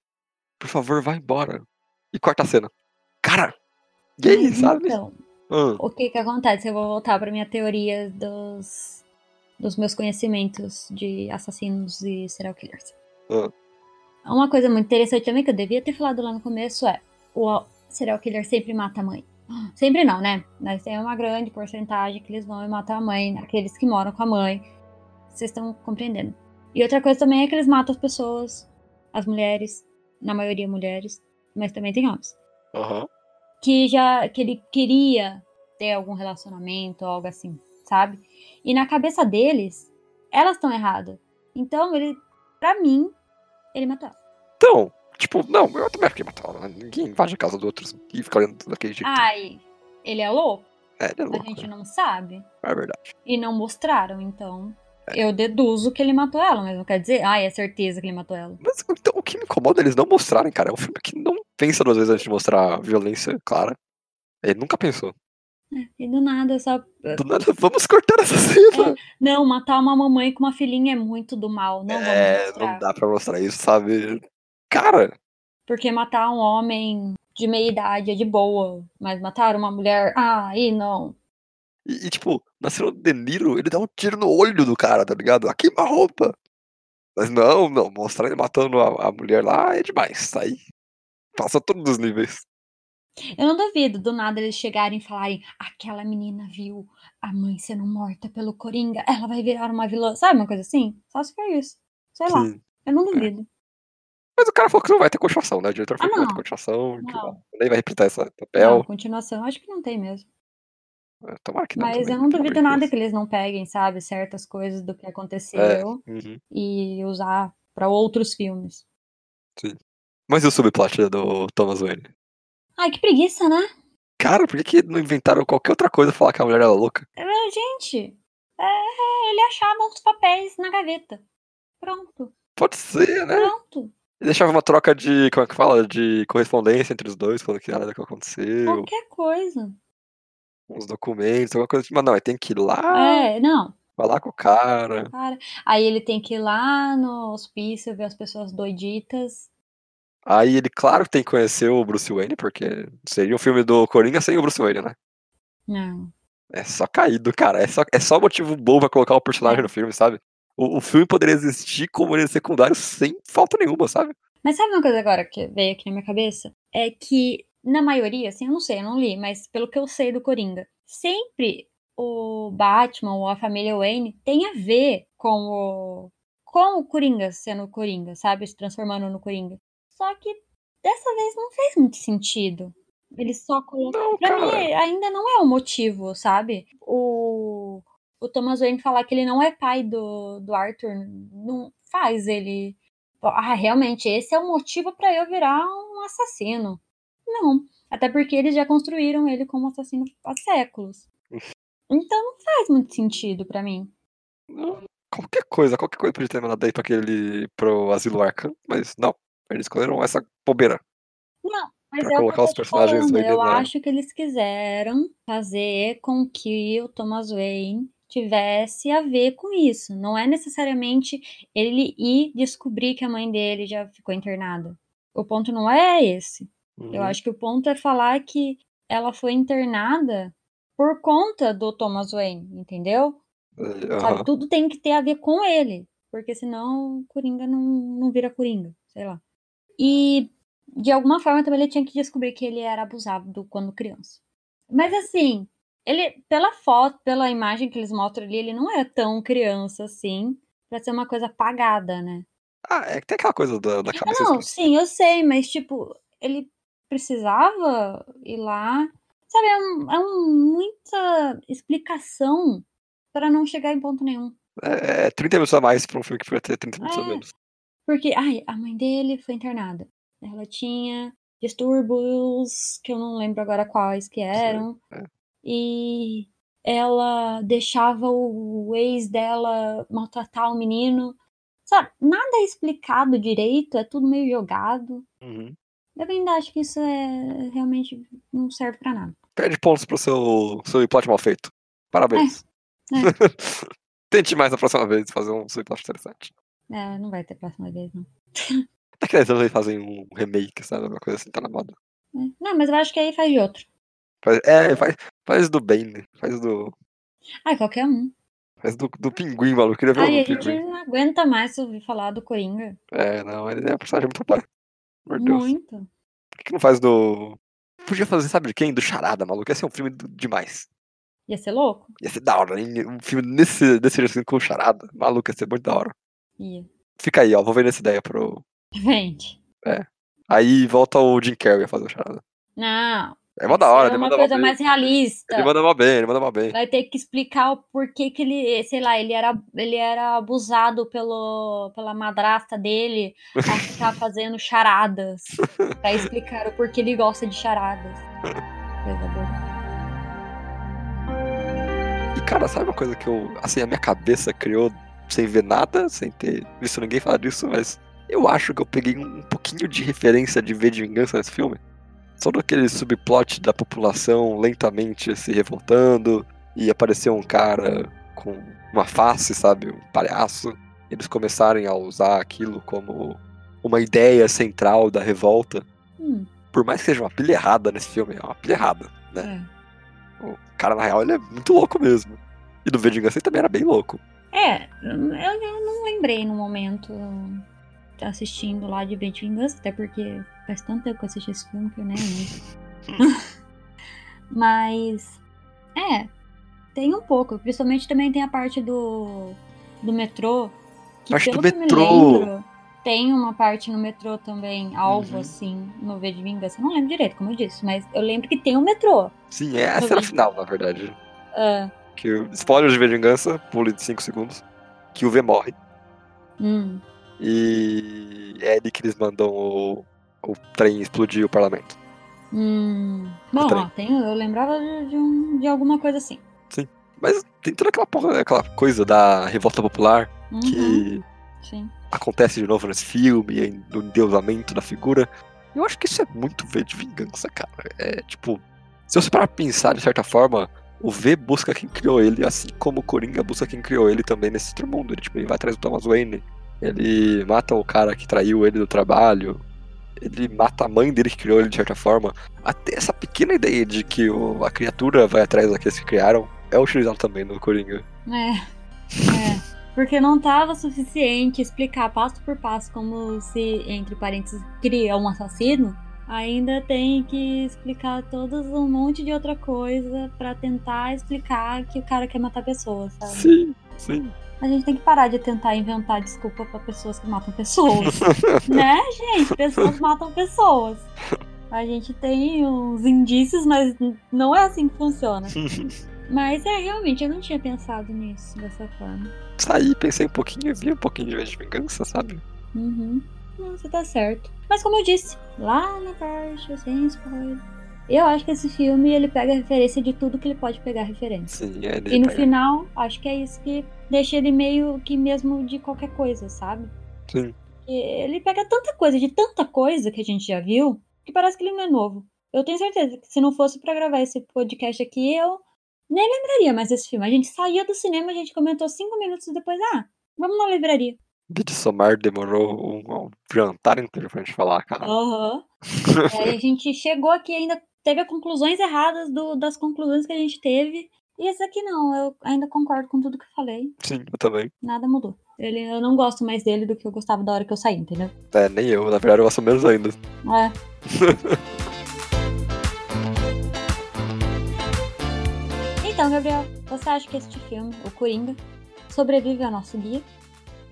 Speaker 2: Por favor, vá embora. E corta a cena. Cara! E aí,
Speaker 1: Mas
Speaker 2: sabe?
Speaker 1: Então,
Speaker 2: Ah,
Speaker 1: o que que acontece? Eu vou voltar pra minha teoria dos, dos meus conhecimentos de assassinos e serial killers.
Speaker 2: ah.
Speaker 1: Uma coisa muito interessante também que eu devia ter falado lá no começo é: o serial killer sempre mata a mãe. Sempre não, né? Mas tem uma grande porcentagem que eles vão e matam a mãe, aqueles que moram com a mãe. Vocês estão compreendendo. E outra coisa também é que eles matam as pessoas, as mulheres, na maioria mulheres, mas também tem homens.
Speaker 2: Aham.
Speaker 1: Que já que ele queria ter algum relacionamento, algo assim, sabe? E na cabeça deles, elas estão erradas. Então, ele, pra mim, ele matou ela.
Speaker 2: Então, tipo, não, eu também fiquei matando. né? Ninguém invade a casa do outro e fica olhando daquele jeito.
Speaker 1: Ai, ele é louco?
Speaker 2: é, ele é
Speaker 1: A
Speaker 2: louco.
Speaker 1: Ah, gente
Speaker 2: né?
Speaker 1: não sabe.
Speaker 2: É verdade.
Speaker 1: E não mostraram, então. Eu deduzo que ele matou ela, mas não quer dizer. Ai, é certeza que ele matou ela.
Speaker 2: Mas então, o que me incomoda é eles não mostrarem, cara. É um filme que não pensa duas vezes antes de mostrar violência, clara. Ele nunca pensou.
Speaker 1: E do nada, só.
Speaker 2: Do nada, vamos cortar essa cena.
Speaker 1: Não, matar uma mamãe com uma filhinha é muito do mal. Não vamos
Speaker 2: É,
Speaker 1: mostrar.
Speaker 2: não dá pra mostrar isso, sabe? Cara,
Speaker 1: Porque matar um homem de meia idade é de boa. Mas matar uma mulher. Ai, não.
Speaker 2: e, e, tipo, na cena do De Niro, ele dá um tiro no olho do cara, tá ligado? A queima-roupa. Mas não, não, mostrar ele matando a, a mulher lá é demais. Aí passa todos os níveis.
Speaker 1: Eu não duvido do nada eles chegarem e falarem: aquela menina viu a mãe sendo morta pelo Coringa, ela vai virar uma vilã. Sabe uma coisa assim? Só se for isso. Sei lá.
Speaker 2: Sim. É.
Speaker 1: Eu não duvido.
Speaker 2: Mas o cara falou que não vai ter continuação, né? O diretor falou
Speaker 1: Ah,
Speaker 2: que não vai ter
Speaker 1: não.
Speaker 2: continuação, que
Speaker 1: Não.
Speaker 2: não- nem vai repetir esse
Speaker 1: Não,
Speaker 2: papel.
Speaker 1: continuação, acho que não tem mesmo.
Speaker 2: É, Tomara que não. É.
Speaker 1: Mas
Speaker 2: também,
Speaker 1: eu não
Speaker 2: pelo amor
Speaker 1: duvido
Speaker 2: de
Speaker 1: nada
Speaker 2: Deus.
Speaker 1: que eles não peguem, sabe, certas coisas do que aconteceu
Speaker 2: Uhum.
Speaker 1: e usar pra outros filmes.
Speaker 2: Mas e o subplot do Thomas Wayne?
Speaker 1: Ai, que preguiça, né?
Speaker 2: Cara, por que, que não inventaram qualquer outra coisa pra falar que a mulher era louca?
Speaker 1: É, Gente, é, ele achava os papéis na gaveta. Pronto,
Speaker 2: Pode ser, né?
Speaker 1: pronto.
Speaker 2: E deixava uma troca de, como é que fala? De correspondência entre os dois, falando que nada que aconteceu,
Speaker 1: Qualquer coisa.
Speaker 2: uns documentos, alguma coisa. tipo, Mas não, aí tem que ir lá,
Speaker 1: É, não,
Speaker 2: falar com o cara.
Speaker 1: cara. Aí ele tem que ir lá no hospício ver as pessoas doiditas.
Speaker 2: Aí ele, claro, tem que conhecer o Bruce Wayne, porque seria um filme do Coringa sem o Bruce Wayne, né?
Speaker 1: Não.
Speaker 2: É só caído, cara. É só, é só motivo bom pra colocar o personagem no filme, sabe? O, o filme poderia existir como ele secundário sem falta nenhuma, sabe?
Speaker 1: Mas sabe uma coisa agora que veio aqui na minha cabeça? É que, na maioria, assim, eu não sei, eu não li, mas pelo que eu sei do Coringa, sempre o Batman ou a família Wayne tem a ver com o, com o Coringa sendo o Coringa, sabe? Se transformando no Coringa. Só que dessa vez não fez muito sentido. Ele só colocou.
Speaker 2: Não,
Speaker 1: Pra
Speaker 2: cara.
Speaker 1: mim, ainda não é o motivo, sabe? O, o Thomas Wayne falar que ele não é pai do, do Arthur não faz ele ah, realmente, esse é o motivo para eu virar um assassino. Não, até porque eles já construíram ele como assassino há séculos. Então não faz muito sentido para mim.
Speaker 2: Não, Qualquer coisa, qualquer coisa podia ter mandado aí pra aquele, pro Asilo Arkham, mas não. Eles escolheram essa bobeira.
Speaker 1: Não, mas
Speaker 2: Pra
Speaker 1: é o que
Speaker 2: colocar
Speaker 1: eu,
Speaker 2: os
Speaker 1: tô te
Speaker 2: personagens
Speaker 1: falando,
Speaker 2: aí
Speaker 1: eu
Speaker 2: dentro da-
Speaker 1: acho que eles quiseram fazer com que o Thomas Wayne tivesse a ver com isso. Não é necessariamente ele ir descobrir que a mãe dele já ficou internada. O ponto não é esse.
Speaker 2: Uhum.
Speaker 1: Eu acho que o ponto é falar que ela foi internada por conta do Thomas Wayne, entendeu?
Speaker 2: que.
Speaker 1: Sabe, tudo tem que ter a ver com ele, porque senão o Coringa não, não vira Coringa, sei lá. E de alguma forma também ele tinha que descobrir que ele era abusado quando criança. Mas assim, ele pela foto, pela imagem que eles mostram ali, ele não é tão criança assim, pra ser uma coisa apagada, né?
Speaker 2: Ah, é que tem aquela coisa da, da cabeça.
Speaker 1: Não,
Speaker 2: assim,
Speaker 1: sim, eu sei, mas tipo, ele precisava ir lá. Sabe, é, um- é um- muita explicação pra não chegar em ponto nenhum.
Speaker 2: É, é 30 minutos a mais pra um filme que vai ter 30 minutos a
Speaker 1: É.
Speaker 2: menos.
Speaker 1: Porque, ai, a mãe dele foi internada. Ela tinha distúrbios, que eu não lembro agora quais que eram.
Speaker 2: é.
Speaker 1: E ela deixava o ex dela maltratar o menino. Sabe, nada é explicado direito, é tudo meio jogado.
Speaker 2: Uhum.
Speaker 1: Eu ainda acho que isso é realmente não serve pra nada.
Speaker 2: Perde pontos pro seu, seu plot mal feito. Parabéns.
Speaker 1: É,
Speaker 2: Tente mais na próxima vez fazer um subplot interessante.
Speaker 1: É, não vai ter próxima vez, não.
Speaker 2: Daqui a 10 anos eles fazem um remake, sabe? Uma coisa assim, tá na moda.
Speaker 1: É. Não, mas eu acho que aí faz de outro.
Speaker 2: Faz- é, faz, faz do Bane, faz do.
Speaker 1: Ai, qualquer um.
Speaker 2: Faz do, do pinguim, maluco. Queria ver
Speaker 1: Ai,
Speaker 2: o
Speaker 1: a gente
Speaker 2: pinguim.
Speaker 1: não aguenta mais ouvir falar do Coringa.
Speaker 2: É, não, ele é um personagem muito bom. Meu Deus.
Speaker 1: Muito.
Speaker 2: Por que, que não faz do. Podia fazer, sabe de quem? Do Charada, maluco. Ia ser um filme do- demais.
Speaker 1: Ia ser louco?
Speaker 2: Ia ser da hora, hein? Um filme nesse, nesse jeito assim, com o Charada. Maluco, ia ser muito da hora.
Speaker 1: Ia.
Speaker 2: Fica aí, ó. Vou vender essa ideia pro.
Speaker 1: Gente.
Speaker 2: Aí volta o Jim Carrey a fazer o Charada.
Speaker 1: Não.
Speaker 2: É mó da hora,
Speaker 1: é
Speaker 2: ele
Speaker 1: uma
Speaker 2: manda
Speaker 1: coisa
Speaker 2: mó bem.
Speaker 1: mais realista.
Speaker 2: Ele manda mó bem, ele manda mó bem.
Speaker 1: Vai ter que explicar o porquê que ele, sei lá, ele era, ele era abusado pelo, pela madrasta dele a ficar fazendo charadas. Pra explicar o porquê ele gosta de charadas. Coisa boa.
Speaker 2: E, cara, sabe uma coisa que eu. Assim, a minha cabeça criou sem ver nada, sem ter visto ninguém falar disso, mas eu acho que eu peguei um um pouquinho de referência de V de Vingança nesse filme. Todo aquele subplot da população lentamente se revoltando e aparecer um cara com uma face, sabe? Um palhaço. Eles começarem a usar aquilo como uma ideia central da revolta.
Speaker 1: Hum,
Speaker 2: Por mais que seja uma pilha errada nesse filme, é uma pilha errada, né?
Speaker 1: é.
Speaker 2: O cara, na real, ele é muito louco mesmo. E do Vedingan ele também era bem louco.
Speaker 1: É, eu, eu não lembrei no momento assistindo lá de Bem de Vingança, até porque faz tanto tempo que eu assisti esse filme que eu nem lembro. Mas é, tem um pouco. Principalmente também tem a parte do, do metrô. Que
Speaker 2: Parte do
Speaker 1: pelo que eu me
Speaker 2: metrô.
Speaker 1: lembro, tem uma parte no metrô também, algo
Speaker 2: Uhum.
Speaker 1: assim, no V de Vingança. Eu Não lembro direito, como eu disse, mas eu lembro que tem um metrô.
Speaker 2: Sim, é a cena
Speaker 1: vi.
Speaker 2: final, na verdade.
Speaker 1: Ah,
Speaker 2: Que o spoiler de Vedingança, pule de 5 segundos. Que o V morre.
Speaker 1: hum,
Speaker 2: E é ali que eles mandam o, o trem explodir o parlamento.
Speaker 1: hum. Bom,
Speaker 2: É trem.
Speaker 1: ó, tem, eu lembrava de, de um- de alguma coisa assim.
Speaker 2: Mas tem toda aquela, porra- aquela coisa da revolta popular
Speaker 1: Uhum,
Speaker 2: que
Speaker 1: Sim.
Speaker 2: acontece de novo nesse filme, e do endeusamento da figura. Eu acho que isso é muito V de vingança, cara. É tipo, se você parar pra pensar de certa forma, o V busca quem criou ele, assim como o Coringa busca quem criou ele também nesse outro mundo. Ele, tipo, ele vai atrás do Thomas Wayne, ele mata o cara que traiu ele do trabalho, ele mata a mãe dele que criou ele de certa forma. Até essa pequena ideia de que o- a criatura vai atrás daqueles que criaram é utilizado também no Coringa.
Speaker 1: É. é. Porque não tava suficiente explicar passo por passo como se, entre parênteses, cria um assassino. Ainda tem que explicar todos um monte de outra coisa pra tentar explicar que o cara quer matar pessoas, sabe?
Speaker 2: Sim, sim.
Speaker 1: A gente tem que parar de tentar inventar desculpa pra pessoas que matam pessoas. né, gente? Pessoas matam pessoas. A gente tem uns indícios, mas não é assim que funciona. Mas é, realmente, eu não tinha pensado nisso dessa forma.
Speaker 2: saí, pensei um pouquinho, vi um pouquinho de Vez de Vingança, sabe?
Speaker 1: Uhum. Não, você tá certo. Mas como eu disse, lá na parte, sem spoiler. Eu acho que esse filme ele pega referência de tudo que ele pode pegar referência.
Speaker 2: Sim, é ele
Speaker 1: E no
Speaker 2: pega-
Speaker 1: final, acho que é isso que deixa ele meio que mesmo de qualquer coisa, sabe?
Speaker 2: Sim.
Speaker 1: E Ele pega tanta coisa, de tanta coisa que a gente já viu, que parece que ele não é novo. Eu tenho certeza que se não fosse pra gravar esse podcast aqui, eu nem lembraria mais desse filme. A gente saía do cinema, a gente comentou cinco minutos e depois, ah, vamos na livraria.
Speaker 2: De somar demorou um, um jantar inteiro pra gente falar, cara.
Speaker 1: Aham. Aí a gente chegou aqui e ainda teve a conclusões erradas do- das conclusões que a gente teve. E esse aqui não, eu ainda concordo com tudo que eu falei.
Speaker 2: Sim, eu também.
Speaker 1: Nada mudou. Ele, eu não gosto mais dele do que eu gostava da hora que eu saí, entendeu?
Speaker 2: É, nem eu, na verdade eu gosto menos ainda.
Speaker 1: É. então, Gabriel, você acha que este filme, o Coringa, sobrevive ao nosso guia?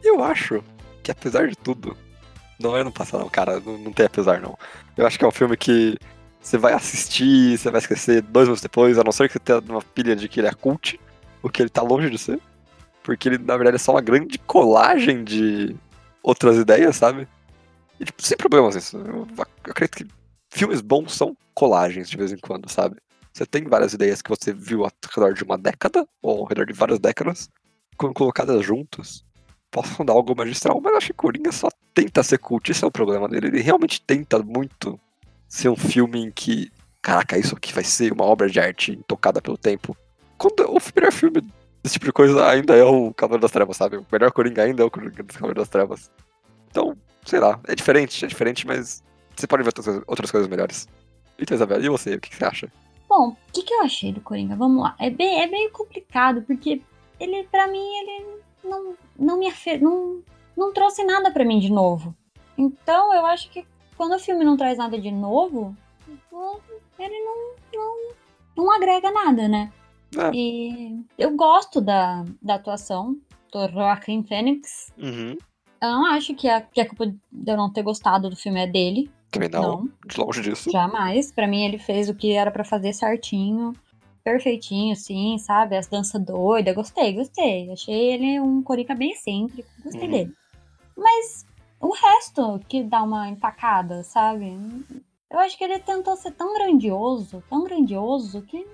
Speaker 2: Eu acho que apesar de tudo. Não é no passado, não, cara. Não, não tem apesar, não. Eu acho que é um filme que você vai assistir, você vai esquecer dois minutos depois, a não ser que você tenha uma pilha de que ele é cult, o que ele tá longe de ser. Porque ele, na verdade, é só uma grande colagem de outras ideias, sabe? E, tipo, sem problemas isso. Eu ac- eu acredito que filmes bons são colagens de vez em quando, sabe? Você tem várias ideias que você viu ao redor de uma década, ou ao redor de várias décadas, co- colocadas juntas possam dar algo magistral, mas acho que Coringa só tenta ser cult, esse é o problema dele. Ele realmente tenta muito ser um filme em que, caraca, isso aqui vai ser uma obra de arte tocada pelo tempo. Quando o melhor filme desse tipo de coisa ainda é o Cavaleiro das Trevas, sabe? O melhor Coringa ainda é o Coringa do Cavaleiro das Trevas. Então, sei lá, é diferente, é diferente, mas você pode ver outras, coisas- outras coisas melhores. Então, Isabel, e você, o que que você acha?
Speaker 1: Bom, o que, que eu achei do Coringa? Vamos lá. É, bem, é meio complicado, porque ele, pra mim, ele não, não me afe... não, não trouxe nada pra mim de novo. Então, eu acho que quando o filme não traz nada de novo, não- ele não, não, não agrega nada, né?
Speaker 2: É.
Speaker 1: E eu gosto da, da atuação do Joaquin Phoenix.
Speaker 2: Uhum.
Speaker 1: Eu não acho que a, que a culpa de eu não ter gostado do filme é dele.
Speaker 2: Também não,
Speaker 1: não.
Speaker 2: de longe disso.
Speaker 1: Jamais. Pra mim, ele fez o que era pra fazer certinho. Perfeitinho, sim, sabe? As danças doidas. Gostei, gostei. Achei ele um Coringa bem excêntrico. Gostei
Speaker 2: Uhum.
Speaker 1: dele. Mas o resto que dá uma empacada, sabe? Eu acho que ele tentou ser tão grandioso, tão grandioso, que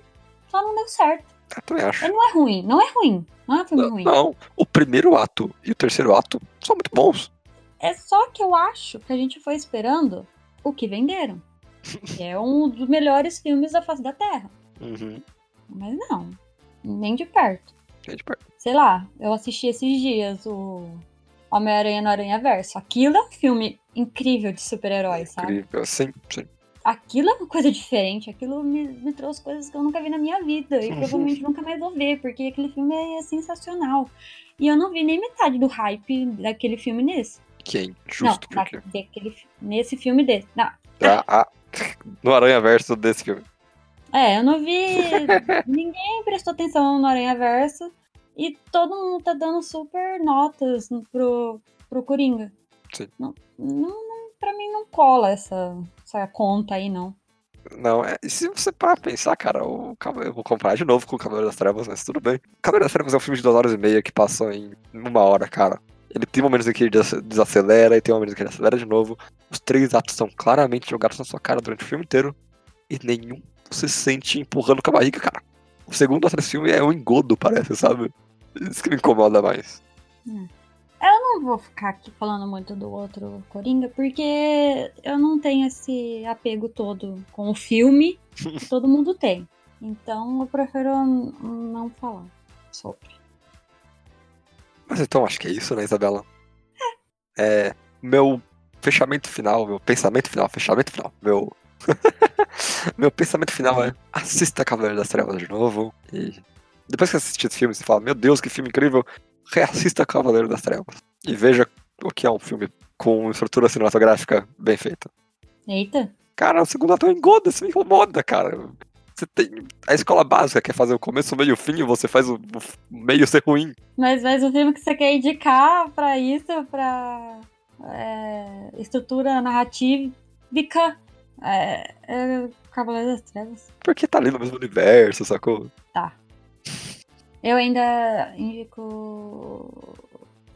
Speaker 1: só não deu certo.
Speaker 2: Eu também acho.
Speaker 1: Ele não é ruim, não é ruim. Não é um filme
Speaker 2: Não,
Speaker 1: ruim.
Speaker 2: não, o primeiro ato e o terceiro ato são muito bons.
Speaker 1: É só que eu acho que a gente foi esperando o que venderam. Que é um dos melhores filmes da face da Terra.
Speaker 2: Uhum.
Speaker 1: Mas não, nem de perto.
Speaker 2: É de perto.
Speaker 1: Sei lá, eu assisti esses dias o Homem-Aranha no Aranha Verso. Aquilo é um filme incrível de super-herói, sabe?
Speaker 2: Incrível. Sim, sim.
Speaker 1: Aquilo é uma coisa diferente, aquilo me, me trouxe coisas que eu nunca vi na minha vida e
Speaker 2: Uhum.
Speaker 1: provavelmente nunca mais vou ver, porque aquele filme é sensacional. E eu não vi nem metade do hype daquele filme nesse.
Speaker 2: Que é injusto,
Speaker 1: não,
Speaker 2: porque.
Speaker 1: da- daquele, fi- nesse filme desse. Não,
Speaker 2: Tá, ah, no Aranha Verso desse filme.
Speaker 1: É, eu não vi. Ninguém prestou atenção no Aranha Verso. E todo mundo tá dando super notas no- pro, pro Coringa.
Speaker 2: Sim.
Speaker 1: Não, não, não- pra mim não cola essa, essa conta aí, não.
Speaker 2: Não, é, e se você parar pra pensar, cara, o Cava- eu vou comparar de novo com o Cavaleiro das Trevas, mas tudo bem. O Cavaleiro das Trevas é um filme de duas horas e meia que passa em uma hora, cara. Ele tem momentos em que ele des- desacelera e tem momentos em que ele acelera de novo. Os três atos são claramente jogados na sua cara durante o filme inteiro e nenhum se sente empurrando com a barriga, cara. O segundo ato desse filme é um engodo, parece, sabe? Isso que me incomoda mais.
Speaker 1: Não vou ficar aqui falando muito do outro Coringa, porque eu não tenho esse apego todo com o filme que todo mundo tem. Então eu prefiro n- não falar sobre.
Speaker 2: Mas então acho que é isso, né, Isabela? É. Meu fechamento final, meu pensamento final, fechamento final, meu. meu pensamento final é: assista Cavaleiro das Trevas de novo. E depois que assistir esse filme, você fala: Meu Deus, que filme incrível! Reassista Cavaleiro das Trevas. E veja o que é um filme com estrutura cinematográfica bem feita.
Speaker 1: Eita,
Speaker 2: Cara, o segundo ato é um engodo, isso me incomoda, cara. Você tem a escola básica, quer fazer o começo, o meio e o fim, e você faz o o f- meio ser ruim.
Speaker 1: Mas, mas o filme que você quer indicar pra isso, pra é, estrutura narratívica, é, é Cavaleiro das Trevas.
Speaker 2: Porque tá ali no mesmo universo, sacou?
Speaker 1: Eu ainda indico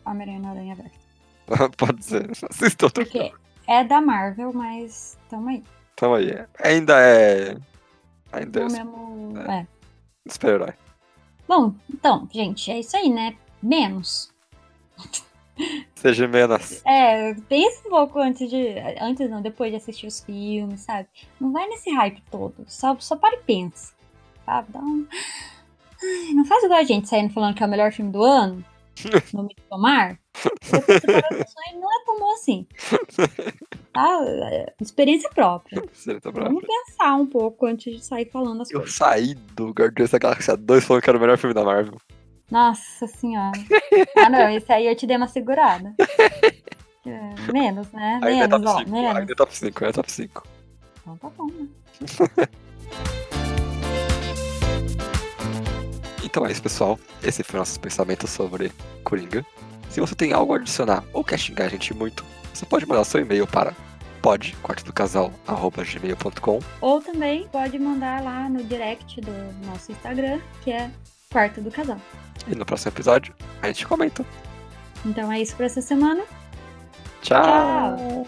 Speaker 1: Homem-Aranha no Aranha Verso.
Speaker 2: Pode dizer. Assista outro filme.
Speaker 1: Porque é da Marvel, mas tamo aí.
Speaker 2: Então aí. é- Ainda é. Ainda
Speaker 1: No
Speaker 2: é
Speaker 1: mesmo... é.
Speaker 2: super-herói.
Speaker 1: Bom, então, gente, é isso aí, né? Menos.
Speaker 2: Seja menos.
Speaker 1: É, pensa um pouco antes de. Antes não, depois de assistir os filmes, sabe? Não vai nesse hype todo. Só, só para e pensa. Sabe? Dá um. Ai, não faz igual a gente saindo falando que é o melhor filme do ano. No me tomar. Depois você para pra pensar e não é tão bom assim. Tá? É, Experiência própria.
Speaker 2: Seja tá bravo.
Speaker 1: Vamos pensar um pouco antes de sair falando as
Speaker 2: Eu
Speaker 1: coisas.
Speaker 2: saí do Guardiões da Galáxia 2 falando que era o melhor filme da Marvel.
Speaker 1: Nossa senhora. Ah, não, esse aí eu te dei uma segurada. É, Menos, né?
Speaker 2: Ainda é top
Speaker 1: Menos, ó.
Speaker 2: 5.
Speaker 1: Menos.
Speaker 2: Ainda é top 5. É top 5.
Speaker 1: Então tá bom, né?
Speaker 2: Então é isso, pessoal. Esse foi nosso pensamento sobre Coringa. Se você tem algo a adicionar ou quer xingar a gente muito, você pode mandar seu e-mail para podcortedocasal.gmail.com
Speaker 1: Ou também pode mandar lá no direct do nosso Instagram, que é Quarto do Casal.
Speaker 2: e no próximo episódio a gente comenta.
Speaker 1: Então é isso pra essa semana.
Speaker 2: Tchau!
Speaker 1: Tchau.